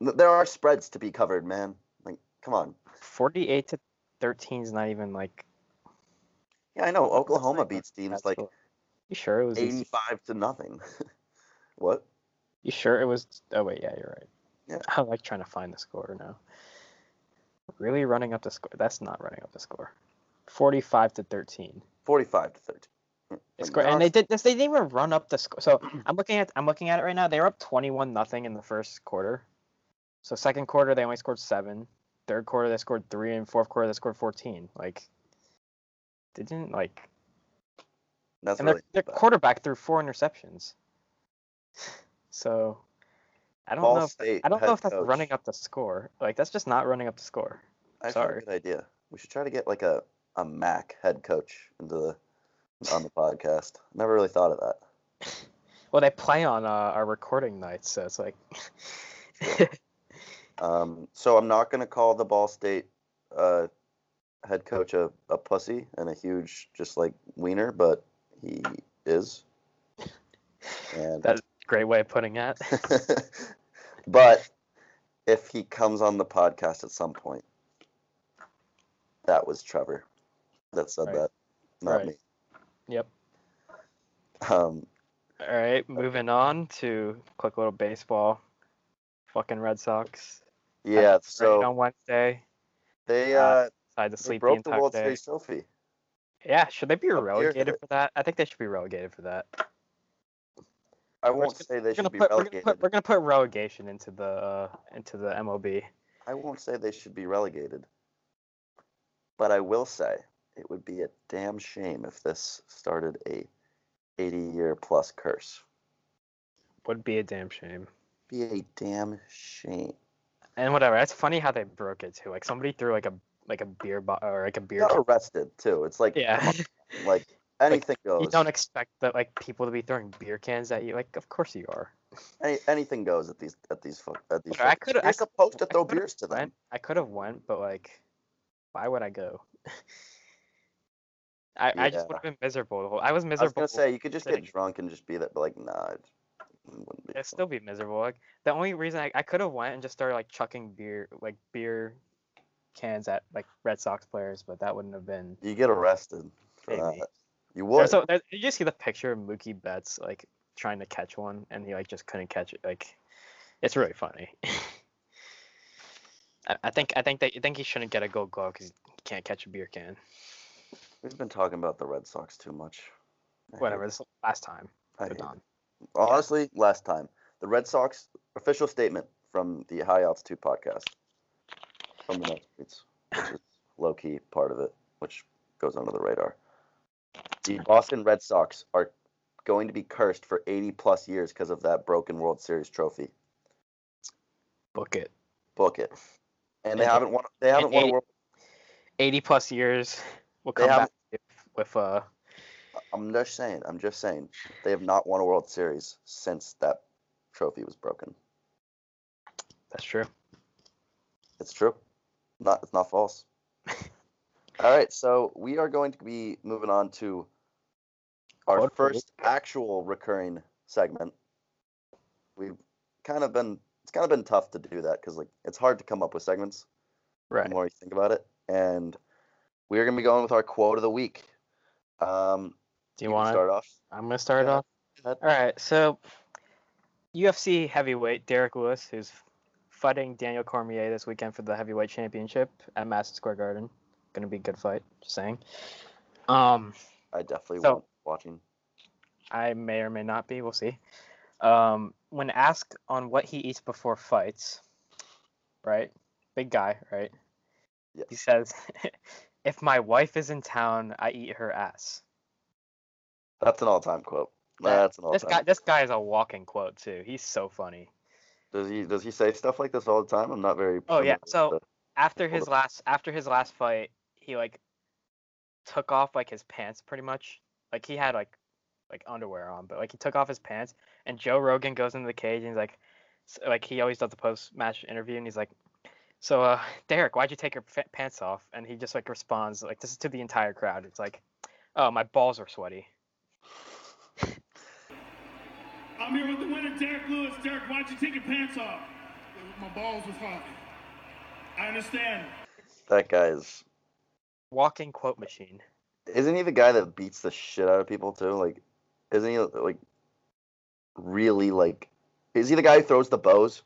S1: Th- There are spreads to be covered, man. Like, come on.
S2: 48 to 13 is not even like.
S1: Yeah, I know. Oklahoma
S2: like a
S1: beats
S2: bad
S1: teams like
S2: score. You sure it was? these-
S1: 85 to nothing. what?
S2: You sure it was? Oh wait, yeah, you're right.
S1: Yeah.
S2: I like trying to find the score now. Really running up the score? That's not running up the score. Forty-five to thirteen.
S1: 45 to 13.
S2: It's
S1: Like,
S2: great, and
S1: not-
S2: they did this. They didn't even run up the score. So I'm looking at I'm looking at it right now. They were up twenty-one nothing in the first quarter. So second quarter they only scored seven. Third quarter they scored three, and fourth quarter they scored fourteen. Like, they didn't like.
S1: That's
S2: and
S1: really
S2: their, their
S1: bad.
S2: quarterback threw four interceptions. So, I don't
S1: Ball
S2: know. If,
S1: State
S2: I don't know
S1: head
S2: if that's
S1: coach.
S2: running up the score. Like that's just not running up the score.
S1: I have
S2: sorry.
S1: a good idea. We should try to get like a, a Mac head coach into the on the podcast. Never really thought of that.
S2: Well, they play on uh, our recording nights, so it's like
S1: Um, so I'm not going to call the Ball State uh, head coach a, a pussy and a huge, just like wiener, but he is. And
S2: That- great way of putting it.
S1: but if he comes on the podcast at some point, that was Trevor that said
S2: Right.
S1: that, not
S2: Right. Yep.
S1: me. Um,
S2: All right, moving on to quick little baseball. Fucking Red Sox. had
S1: yeah,
S2: it rain
S1: so
S2: on Wednesday,
S1: they
S2: uh,
S1: uh,
S2: decided to
S1: they
S2: sleep the
S1: broke the
S2: entire
S1: World
S2: day.
S1: Series trophy.
S2: Yeah, should they be
S1: here,
S2: relegated
S1: but-
S2: for that? I think they should be relegated for that.
S1: I
S2: We're
S1: won't
S2: just
S1: say they
S2: We're gonna
S1: should be
S2: put we're gonna
S1: relegated.
S2: put, we're gonna put relegation into the uh, into the MLB.
S1: I won't say they should be relegated, but I will say it would be a damn shame if this started a 80 year plus curse.
S2: Would be a damn shame.
S1: Be a damn shame.
S2: And whatever. That's funny how they broke it too. Like somebody threw like a like a beer bo- or like a beer.
S1: Got arrested too. It's like
S2: Yeah.
S1: like anything
S2: you
S1: goes.
S2: don't expect that like people to be throwing beer cans at you. Like, of course you are.
S1: Any, anything goes at these at these fu- at these.
S2: Sure, I
S1: fuck-
S2: coulda-
S1: You're
S2: I coulda-
S1: supposed to
S2: I
S1: throw
S2: coulda
S1: beers to them.
S2: Went, I could have went, but like, why would I go? I, I just would have been miserable. the whole- I was
S1: I was
S2: miserable.
S1: gonna say you could just get
S2: sitting.
S1: drunk and just be that, but like nah. It wouldn't be
S2: I'd
S1: fun.
S2: still be miserable. Like the only reason I, I could have went and just started like chucking beer like beer cans at like Red Sox players, but that wouldn't have been.
S1: You get arrested for
S2: Maybe.
S1: that. You
S2: There's
S1: would.
S2: So there, you just see the picture of Mookie Betts like trying to catch one, and he like just couldn't catch it. Like, it's really funny. I, I think I think that I think he shouldn't get a Gold Glove because he can't catch a beer can.
S1: We've been talking about the Red Sox too much. I hate-
S2: Whatever. This is last time.
S1: I
S2: They're
S1: hate it.
S2: done.
S1: Honestly, last time the Red Sox official statement from the High Altitude podcast from the Mets, which is low key part of it, which goes under the radar. The Boston Red Sox are going to be cursed for 80 plus years because of that broken World Series trophy.
S2: Book it.
S1: Book it. And they
S2: And-
S1: haven't won. They haven't won a
S2: eight-
S1: World.
S2: Eighty plus years. We'll
S1: They
S2: come back with, with uh.
S1: I'm just saying. I'm just saying. They have not won a World Series since that trophy was broken.
S2: That's true.
S1: It's true. Not it's not false. All right, so we are going to be moving on to our
S2: Quote of the week.
S1: first actual recurring segment. We've kind of been it's kind of been tough to do that because like it's hard to come up with segments
S2: Right.
S1: the more you think about it. And we're gonna be going with our quote of the week. Um,
S2: Do you
S1: can
S2: want to?
S1: start off?
S2: I'm gonna start
S1: Yeah.
S2: off.
S1: Go ahead.
S2: All right, so UFC heavyweight Derek Lewis, who's fighting Daniel Cormier this weekend for the heavyweight championship at Madison Square Garden, gonna be a good fight. Just saying. Um,
S1: I definitely
S2: So-
S1: won't be watching.
S2: I may or may not be. We'll see. Um, when asked on what he eats before fights, right? Big guy, right?
S1: Yes.
S2: He says, "If my wife is in town, I eat her ass."
S1: That's an all-time quote.
S2: That-
S1: That's an all-time.
S2: This guy, this guy is a walking quote too. He's so funny.
S1: Does he does he say stuff like this all the time? I'm not very.
S2: Oh, yeah,
S1: familiar with
S2: so-
S1: the-
S2: after
S1: Hold
S2: his
S1: up.
S2: last after his last fight, he like took off like his pants pretty much. Like he had like like underwear on, but like he took off his pants and Joe Rogan goes into the cage and he's like s- like he always does the post match interview and he's like So, uh, Derek, why'd you take your fa- pants off? And he just like responds like this is to the entire crowd. It's like, oh, my balls are sweaty.
S5: I'm here with the winner, Derek Lewis. Derek, why'd you take your pants off? My balls was hot. I understand.
S1: That guy's
S2: Walking quote machine.
S1: isn't he the guy that beats the shit out of people too? Like, isn't he like really like? Is he the guy who throws the bows?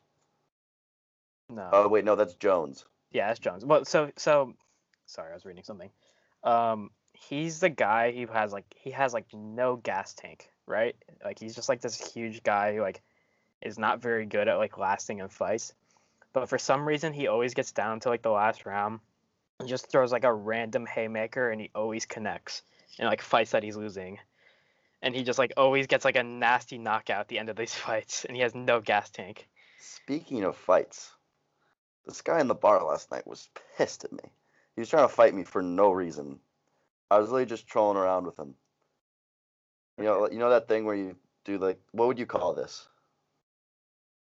S2: No.
S1: Oh wait, no, that's Jones.
S2: Yeah, that's Jones. Well, so so, sorry, I was reading something. Um, he's the guy who has like he has like no gas tank, right? Like he's just like this huge guy who like is not very good at like lasting in fights, but for some reason he always gets down to like the last round and just throws like a random haymaker and he always connects in like fights that he's losing. And he just like always gets like a nasty knockout at the end of these fights, and he has no gas tank.
S1: Speaking of fights, this guy in the bar last night was pissed at me. He was trying to fight me for no reason. I was really just trolling around with him. You know, you know that thing where you do like, what would you call this?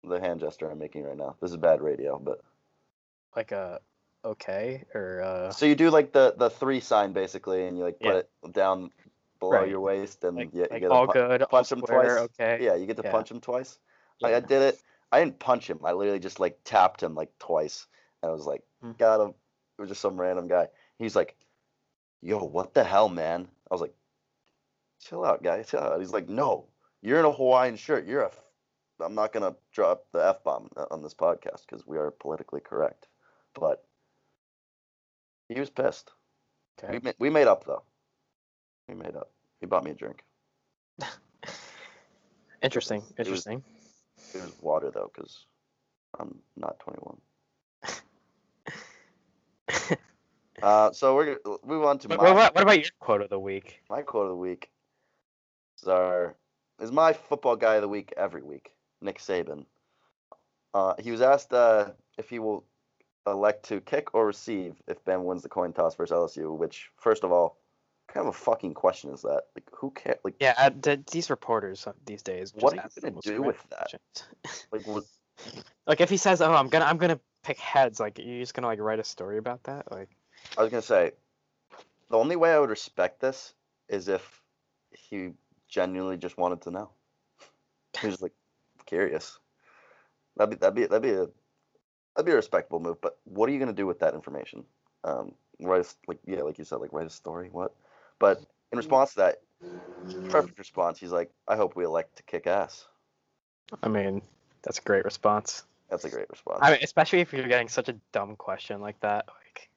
S1: The hand gesture I'm making right now. This is bad radio, but
S2: Like a okay or uh,
S1: so you do like the the three sign basically, and you like put
S2: Yeah.
S1: it down below
S2: Right.
S1: your waist, and
S2: like,
S1: yeah, you
S2: like
S1: get a
S2: all
S1: pu-
S2: good, all
S1: punch him
S2: square,
S1: twice.
S2: okay.
S1: yeah, you get to
S2: yeah.
S1: punch him twice. Like, I
S2: Yeah.
S1: did it. I didn't punch him. I literally just like tapped him like twice, and I was like,
S2: Mm.
S1: "Got him." It was just some random guy. He's like, "Yo, what the hell, man?" I was like, "Chill out, guy. Chill out." He's like, "No, you're in a Hawaiian shirt. You're a." F- I'm not gonna drop the f bomb on this podcast because we are politically correct, but he was pissed.
S2: Okay.
S1: We ma- we made up though. We made up. He bought me a drink.
S2: Interesting. Interesting.
S1: It was water though, because I'm not 21. uh, so we're gonna move on to my
S2: But what, about- what about your quote of the week?
S1: my quote of the week. Is our is my football guy of the week every week, Nick Saban. Uh, he was asked uh, if he will elect to kick or receive if Ben wins the coin toss versus LSU. Which, first of all, what kind of a fucking question is that? Like, who cares? Like,
S2: Yeah, uh, th- these reporters uh, these days.
S1: What are you
S2: ask the
S1: gonna
S2: most
S1: do
S2: random
S1: with that?
S2: questions.
S1: like was-
S2: like if he says, "Oh, I'm gonna, I'm gonna pick heads," like you're just gonna like write a story about that, like
S1: I was gonna say, the only way I would respect this is if he genuinely just wanted to know. He was like curious. That'd be that'd be that'd be a that'd be a respectable move. But what are you gonna do with that information? Um, write a, s- like yeah, like you said, like write a story. What? But in response to that, perfect response. He's like, I hope we elect to kick ass.
S2: I mean, that's a great response.
S1: That's a great response.
S2: I mean, especially if you're getting such a dumb question like that, like,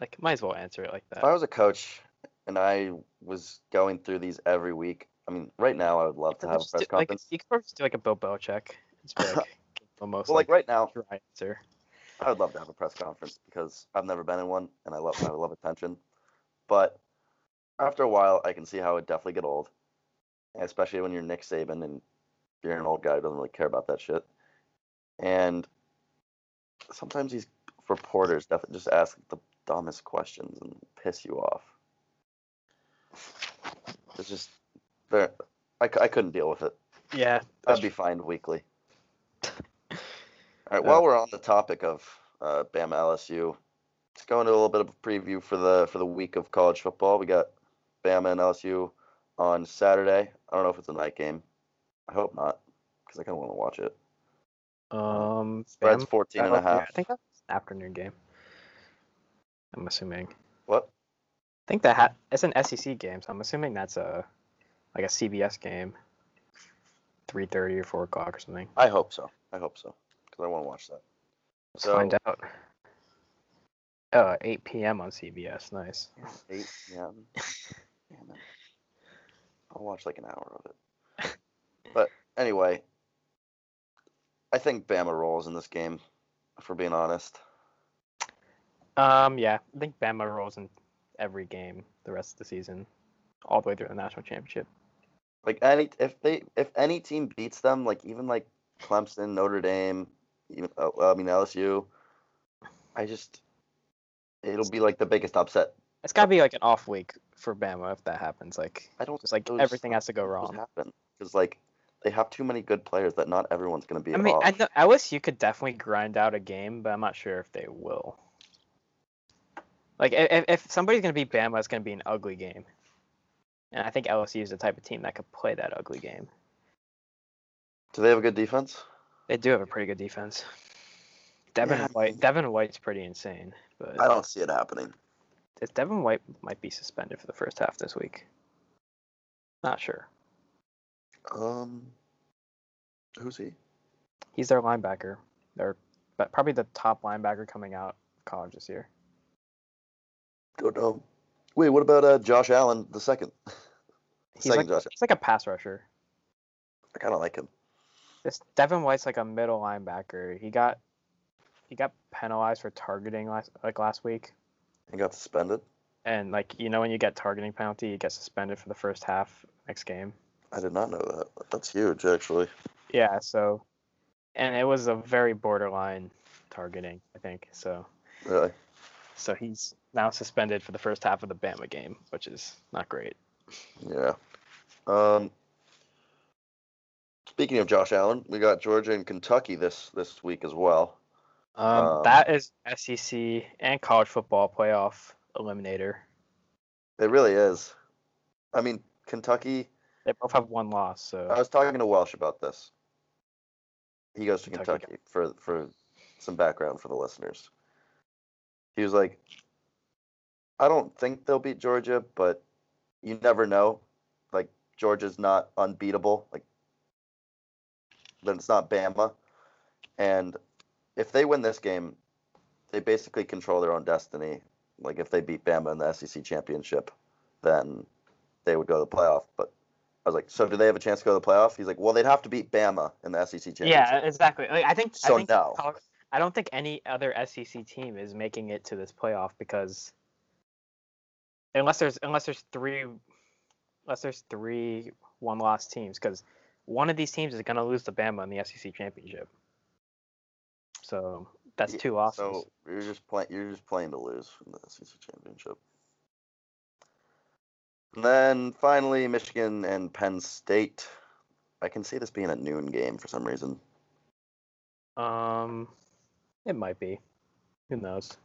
S2: like might as well answer it like
S1: If I
S2: that.
S1: was a coach and I was going through these every week, I mean, right now I would love to have a
S2: Just
S1: press
S2: do- like,
S1: conference.
S2: you could probably just do like a Bill Belichick. It's like the most
S1: Well, like
S2: like,
S1: right now,
S2: dry answer.
S1: I would love to have a press conference because I've never been in one and I love I love attention. But after a while, I can see how it would definitely get old, especially when you're Nick Saban and you're an old guy who doesn't really care about that shit. And sometimes these reporters definitely just ask the dumbest questions and piss you off. It's just there. I, c- I couldn't deal with it.
S2: Yeah,
S1: That'd be fine weekly. All right. While we're on the topic of uh, Bama LSU, let's go into a little bit of a preview for the for the week of college football. We got Bama and LSU on Saturday. I don't know if it's a night game. I hope not, because I kind of want to watch it.
S2: Um,
S1: Spread's
S2: Bam-
S1: 14 and
S2: I
S1: a
S2: don't think-
S1: half.
S2: I think that's an afternoon game. I'm assuming. I
S1: What?
S2: think that ha- it's an SEC game, so I'm assuming that's a like a CBS game, three thirty or four o'clock or something.
S1: I hope so. I hope so, because I want to watch that.
S2: Let's
S1: So-
S2: find out. Uh, 8 p.m. on CBS. Nice.
S1: 8 p.m. Damn it. I'll watch like an hour of it. But anyway, I think Bama rolls in this game, if we're being honest.
S2: Um, yeah, I think Bama rolls in every game the rest of the season, all the way through the national championship.
S1: Like any if they if any team beats them, like even like Clemson, Notre Dame, even uh, I mean LSU, I just it'll be like the biggest upset.
S2: It's gotta be like an off week for Bama if that happens. Like,
S1: I don't
S2: just like
S1: those-
S2: everything has to go
S1: those
S2: wrong.
S1: happen because like they have too many good players that not everyone's going to be.
S2: I mean,
S1: off.
S2: I know LSU could definitely grind out a game, but I'm not sure if they will. Like, i- if, if somebody's going to beat Bama, it's going to be an ugly game. And I think LSU is the type of team that could play that ugly game.
S1: Do they have a good defense?
S2: They do have a pretty good defense. Devin
S1: Yeah, I
S2: White,
S1: mean-
S2: Devin White's pretty insane, but
S1: I don't see it happening.
S2: Devin White might be suspended for the first half this week. Not sure.
S1: Um, who's he?
S2: He's their linebacker. They're but probably the top linebacker coming out of college this year.
S1: Don't know. Wait, what about uh, Josh Allen the second?
S2: He's
S1: Second
S2: like,
S1: Josh.
S2: he's like a pass rusher.
S1: I kind of like him.
S2: This Devin White's like a middle linebacker. He got he got penalized for targeting last like last week,
S1: He got suspended.
S2: and like you know when you get targeting penalty, you get suspended for the first half next game.
S1: I did not know that. That's huge, actually.
S2: Yeah, so and it was a very borderline targeting, I think. So
S1: Really.
S2: so he's now suspended for the first half of the Bama game, which is not great.
S1: Yeah. Um, speaking of Josh Allen, we got Georgia and Kentucky this this week as well.
S2: Um,
S1: Um,
S2: that is SEC and college football playoff eliminator.
S1: It really is. I mean, Kentucky.
S2: They both have one loss, so
S1: I was talking to Welsh about this. He goes to
S2: Kentucky
S1: Kentucky for for some background for the listeners. He was like, I don't think they'll beat Georgia, but you never know. Like Georgia's not unbeatable. Like then it's not Bama, and if they win this game, they basically control their own destiny. Like if they beat Bama in the SEC championship, then they would go to the playoff. But I was like, so do they have a chance to go to the playoff? He's like, well, they'd have to beat Bama in the SEC championship.
S2: yeah, exactly. Like, I think
S1: So
S2: I think
S1: no.
S2: college- I don't think any other SEC team is making it to this playoff because unless there's unless there's three unless there's three one loss teams because one of these teams is going to lose to Bama in the SEC championship. So that's
S1: Yeah,
S2: two losses.
S1: So you're just playing. You're just playing to lose in the SEC championship. And then finally, Michigan and Penn State. I can see this being a noon game for some reason.
S2: Um, it might be. Who knows?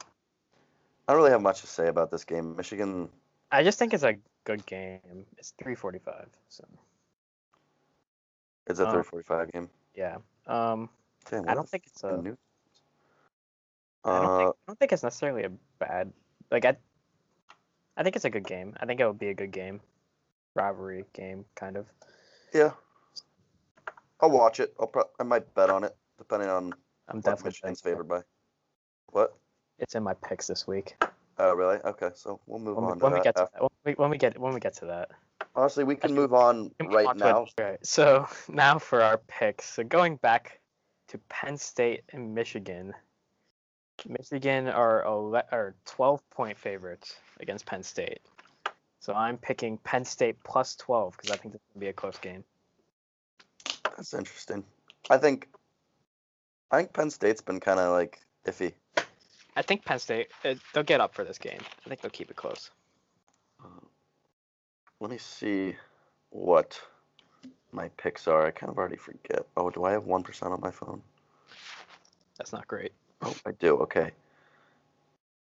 S1: I don't really have much to say about this game. Michigan.
S2: I just think it's a good game. It's 3:45, so
S1: It's a
S2: Uh,
S1: 3:45 game.
S2: yeah. Um,
S1: Damn,
S2: I
S1: what
S2: don't
S1: is
S2: think it's
S1: the
S2: a.
S1: noon?
S2: I don't,
S1: Uh,
S2: think, I don't think it's necessarily a bad. Like I, I think it's a good game. I think it would be a good game, rivalry game kind of.
S1: yeah. I'll watch it. I'll. Pro- I might bet on it, depending on
S2: I'm
S1: what
S2: definitely
S1: Michigan's
S2: betting-
S1: favored by. What?
S2: It's in my picks this week.
S1: Oh, really? Okay, so we'll move
S2: When we,
S1: on.
S2: when
S1: to
S2: we
S1: that
S2: get to
S1: after-
S2: that, when we, when we get when we get to that.
S1: Honestly, we can
S2: Actually,
S1: move on
S2: Can we
S1: right
S2: on to it?
S1: now.
S2: Right. So now for our picks. So going back to Penn State and Michigan. Michigan are ele- are 12 point favorites against Penn State. So I'm picking Penn State plus 12 because I think this is gonna be a close game.
S1: That's interesting. I think I think Penn State's been kind of like iffy.
S2: I think Penn State uh, they'll get up for this game. I think they'll keep it close.
S1: Let me see what my picks are. I kind of already forget. Oh, do I have 1% on my phone?
S2: That's not great.
S1: Oh, I do. Okay.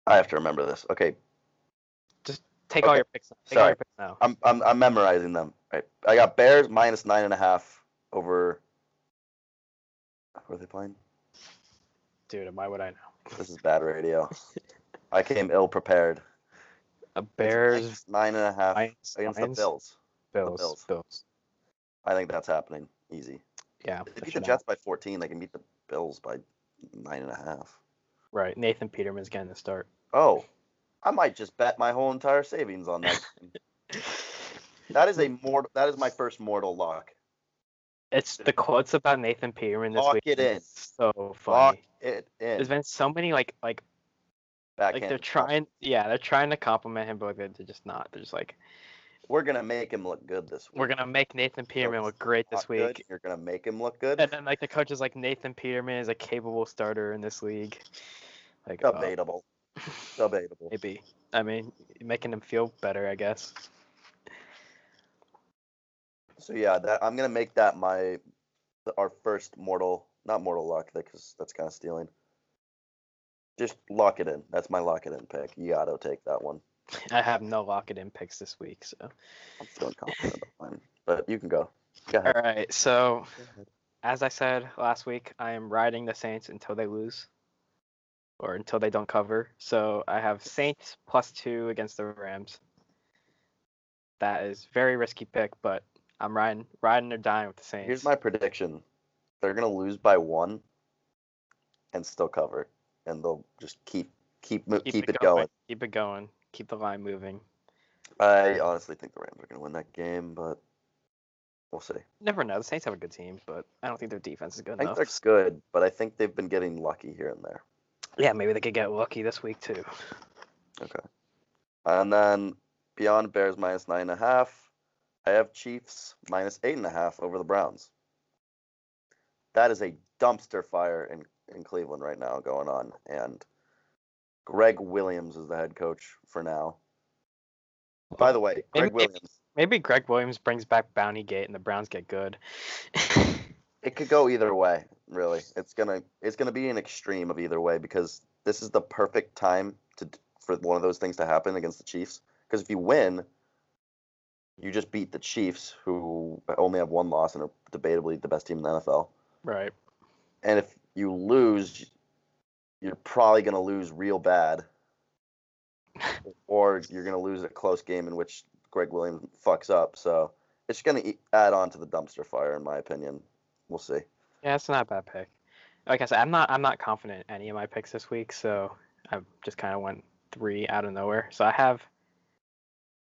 S1: I have to remember this. Okay.
S2: Take all
S1: Okay,
S2: your picks. Take all
S1: sorry.
S2: your picks now.
S1: I'm I'm I'm memorizing them. Right. I got Bears minus nine and a half over who are they playing?
S2: Dude, why would I know?
S1: This is bad radio. I came ill prepared.
S2: A
S1: It's
S2: Bears
S1: minus nine and a half
S2: Lions-
S1: against
S2: Lions?
S1: the Bills.
S2: Bills,
S1: Bills.
S2: Bills.
S1: I think that's happening. Easy.
S2: Yeah.
S1: They
S2: that
S1: beat the
S2: should
S1: Jets by 14. They can beat the Bills by nine and a half.
S2: happen. Right. Nathan Peterman's getting the start.
S1: Oh, I might just bet my whole entire savings on that. that is a mortal. That is my first mortal lock.
S2: It's the quotes about Nathan Peterman this
S1: Lock
S2: week.
S1: it
S2: is
S1: in.
S2: So funny.
S1: Lock it in.
S2: There's been so many like like
S1: Backhand.
S2: like they're trying. Yeah, they're trying to compliment him, but like, they're they're just not. They're just like,
S1: We're gonna make him look good this week.
S2: we're gonna make Nathan Peterman look great this
S1: Lock good,
S2: week.
S1: You're gonna make him look good.
S2: And then like the coach is like, Nathan Peterman is a capable starter in this league. Like, uh,
S1: Debatable. Debatable.
S2: maybe. I mean, making him feel better, I guess.
S1: So yeah, that I'm gonna make that my our first mortal, not mortal lock, because that's kind of stealing. Just lock it in. That's my lock it in pick. You gotta take that one.
S2: I have no lock it in picks this week, so.
S1: I'm feeling confident about mine, but you can go. Go
S2: All
S1: ahead.
S2: right, so
S1: Go ahead.
S2: as I said last week, I am riding the Saints until they lose or until they don't cover. So I have Saints plus two against the Rams. That is very risky pick, but I'm riding riding or dying with the Saints.
S1: Here's my prediction: they're gonna lose by one, and still cover, and they'll just keep keep mo- keep, it going.
S2: Keep it going. Keep the line moving.
S1: I honestly think the Rams are gonna win that game, but we'll see.
S2: Never know. The Saints have a good team, but I don't think their defense is good
S1: I think
S2: enough.
S1: they're good, but I think they've been getting lucky here and there.
S2: Yeah, maybe they could get lucky this week too.
S1: And then beyond Bears minus nine and a half, I have Chiefs minus eight and a half over the Browns. That is a dumpster fire in, in Cleveland right now going on. And Greg Williams is the head coach for now. By the way, Greg
S2: Maybe-
S1: Williams,
S2: Maybe Greg Williams brings back Bounty Gate and the Browns get good.
S1: it could go either way, really. It's gonna it's gonna be an extreme of either way because this is the perfect time to d- for one of those things to happen against the Chiefs. Because if you win, you just beat the Chiefs, who only have one loss and are debatably the best team in the NFL.
S2: right.
S1: And if you lose, you're probably going to lose real bad, or you're going to lose a close game in which Greg Williams fucks up. So it's going to add on to the dumpster fire, in my opinion. We'll see.
S2: Yeah, it's not a bad pick. Like I said, I'm not I'm not confident in any of my picks this week, so I just kind of went three out of nowhere. So I have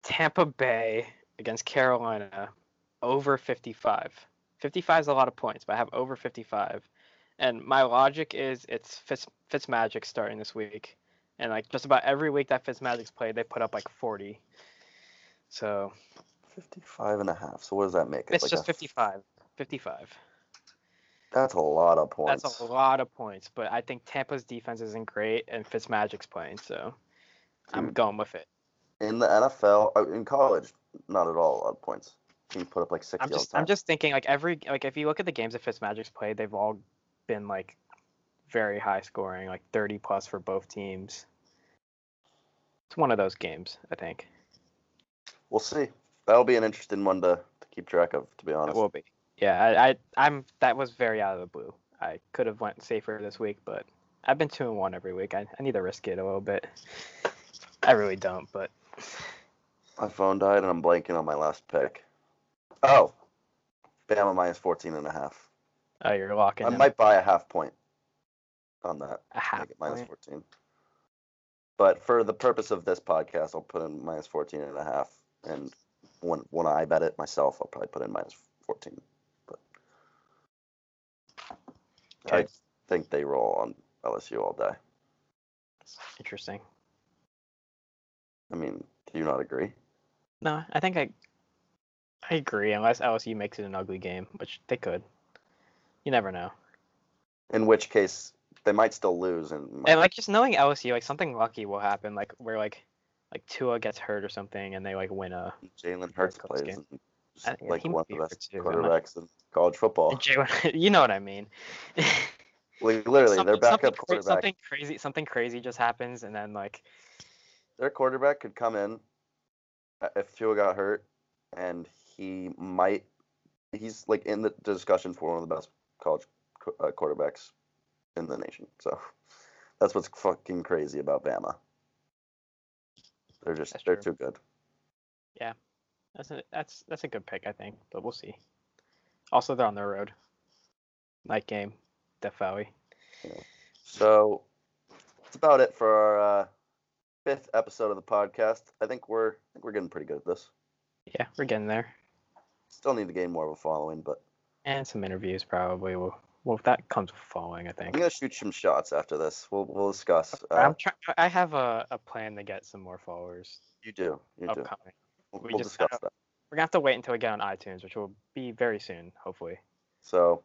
S2: Tampa Bay against Carolina over 55. 55 is a lot of points, but I have over 55. And my logic is it's Fitz Fitzmagic starting this week, and like just about every week that Fitzmagic's played, they put up like 40. So
S1: 55 and a half. So what does that make?
S2: it's
S1: like
S2: just
S1: a-
S2: 55. 55.
S1: That's a lot of points.
S2: That's a lot of points, but I think Tampa's defense isn't great and Fitzmagic's playing, so I'm
S1: Dude.
S2: going with it.
S1: In the NFL, uh, in college, not at all a lot of points. You put up like 60
S2: I'm
S1: all
S2: just
S1: the time.
S2: I'm just thinking like every like if you look at the games that Fitzmagic's played, they've all been like very high scoring, like 30 plus for both teams. It's one of those games, I think.
S1: We'll see. That'll be an interesting one to, to keep track of, to be
S2: It
S1: honest.
S2: will be. Yeah, I, I I'm that was very out of the blue. I could have went safer this week, but I've been two and one every week. I, I need to risk it a little bit. I really don't, but
S1: My phone died and I'm blanking on my last pick. Oh, Bama minus 14 and a half.
S2: uh, you're locking.
S1: I
S2: in
S1: might buy a half point on that.
S2: a half
S1: Make it minus
S2: point.
S1: 14. But for the purpose of this podcast, I'll put in minus 14 and a half. And when, when I bet it myself, I'll probably put in minus 14. But I
S2: Okay.
S1: think they roll on LSU all day.
S2: Interesting.
S1: I mean, do you not agree?
S2: No, I think I I agree, unless LSU makes it an ugly game, which they could. You never know.
S1: In which case, they might still lose. And, might-
S2: And like just knowing LSU, like something lucky will happen, like where like like Tua gets hurt or something and they like win a
S1: Jalen Hurts
S2: Colts
S1: plays
S2: game.
S1: and just
S2: I- yeah,
S1: like
S2: he might
S1: one
S2: be
S1: of the best
S2: hurt too, I'm not-
S1: quarterbacks in college football.
S2: Jalen you know what I mean.
S1: Like literally, their
S2: Something-
S1: backup
S2: something cra-
S1: quarterback,
S2: something crazy something crazy just happens and then like
S1: their quarterback could come in uh, if Tua got hurt, and he might. He's like in the discussion for one of the best college qu- uh, quarterbacks in the nation. So that's what's fucking crazy about Bama. They're just
S2: That's
S1: they're
S2: true.
S1: too good.
S2: That's a that's that's a good pick, I think, but we'll see. Also, they're on the road. Night game, Def Valley.
S1: So that's about it for our uh, fifth episode of the podcast. I think we're I think we're getting pretty good at this.
S2: Yeah, we're getting there,
S1: Still need to gain more of a following, but
S2: and some interviews probably. Will well that comes with following, I
S1: I'm
S2: think.
S1: gonna shoot some shots after this. We'll we'll discuss. Uh,
S2: I'm trying. I have a, a plan to get some more followers
S1: you do, you do.
S2: upcoming.
S1: We'll,
S2: we
S1: we'll
S2: just- I
S1: discuss that.
S2: We're gonna have to wait until we get on iTunes, which will be very soon, hopefully.
S1: So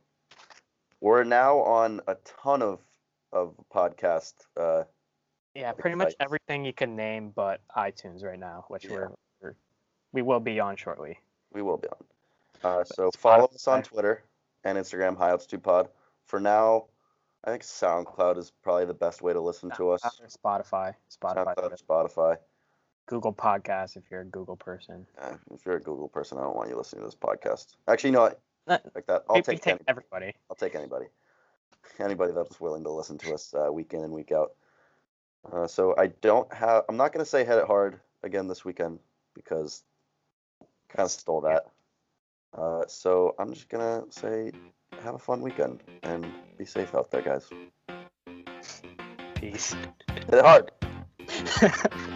S1: we're now on a ton of of podcast. Uh,
S2: Yeah, pretty much
S1: Exciting.
S2: everything you can name, but iTunes right now, which
S1: Yeah.
S2: we're, we're we will be on shortly.
S1: we will be on. Uh, so
S2: Spotify.
S1: follow us on Twitter and Instagram, High Altitude Pod. For now, I think SoundCloud is probably the best way to listen to us.
S2: Spotify, Spotify,
S1: SoundCloud, Spotify.
S2: Google Podcasts. If you're a Google person,
S1: Yeah, if you're a Google person, I don't want you listening to this podcast. Actually, you know what?
S2: No.
S1: Like that, I'll
S2: We- we
S1: take, any,
S2: everybody.
S1: I'll take anybody. Anybody that's willing to listen to us uh, week in and week out. Uh, so I don't have. I'm not going to say head it hard again this weekend because kind of stole that. Uh, so I'm just gonna say have a fun weekend and be safe out there, guys.
S2: Peace.
S1: Hit it hard.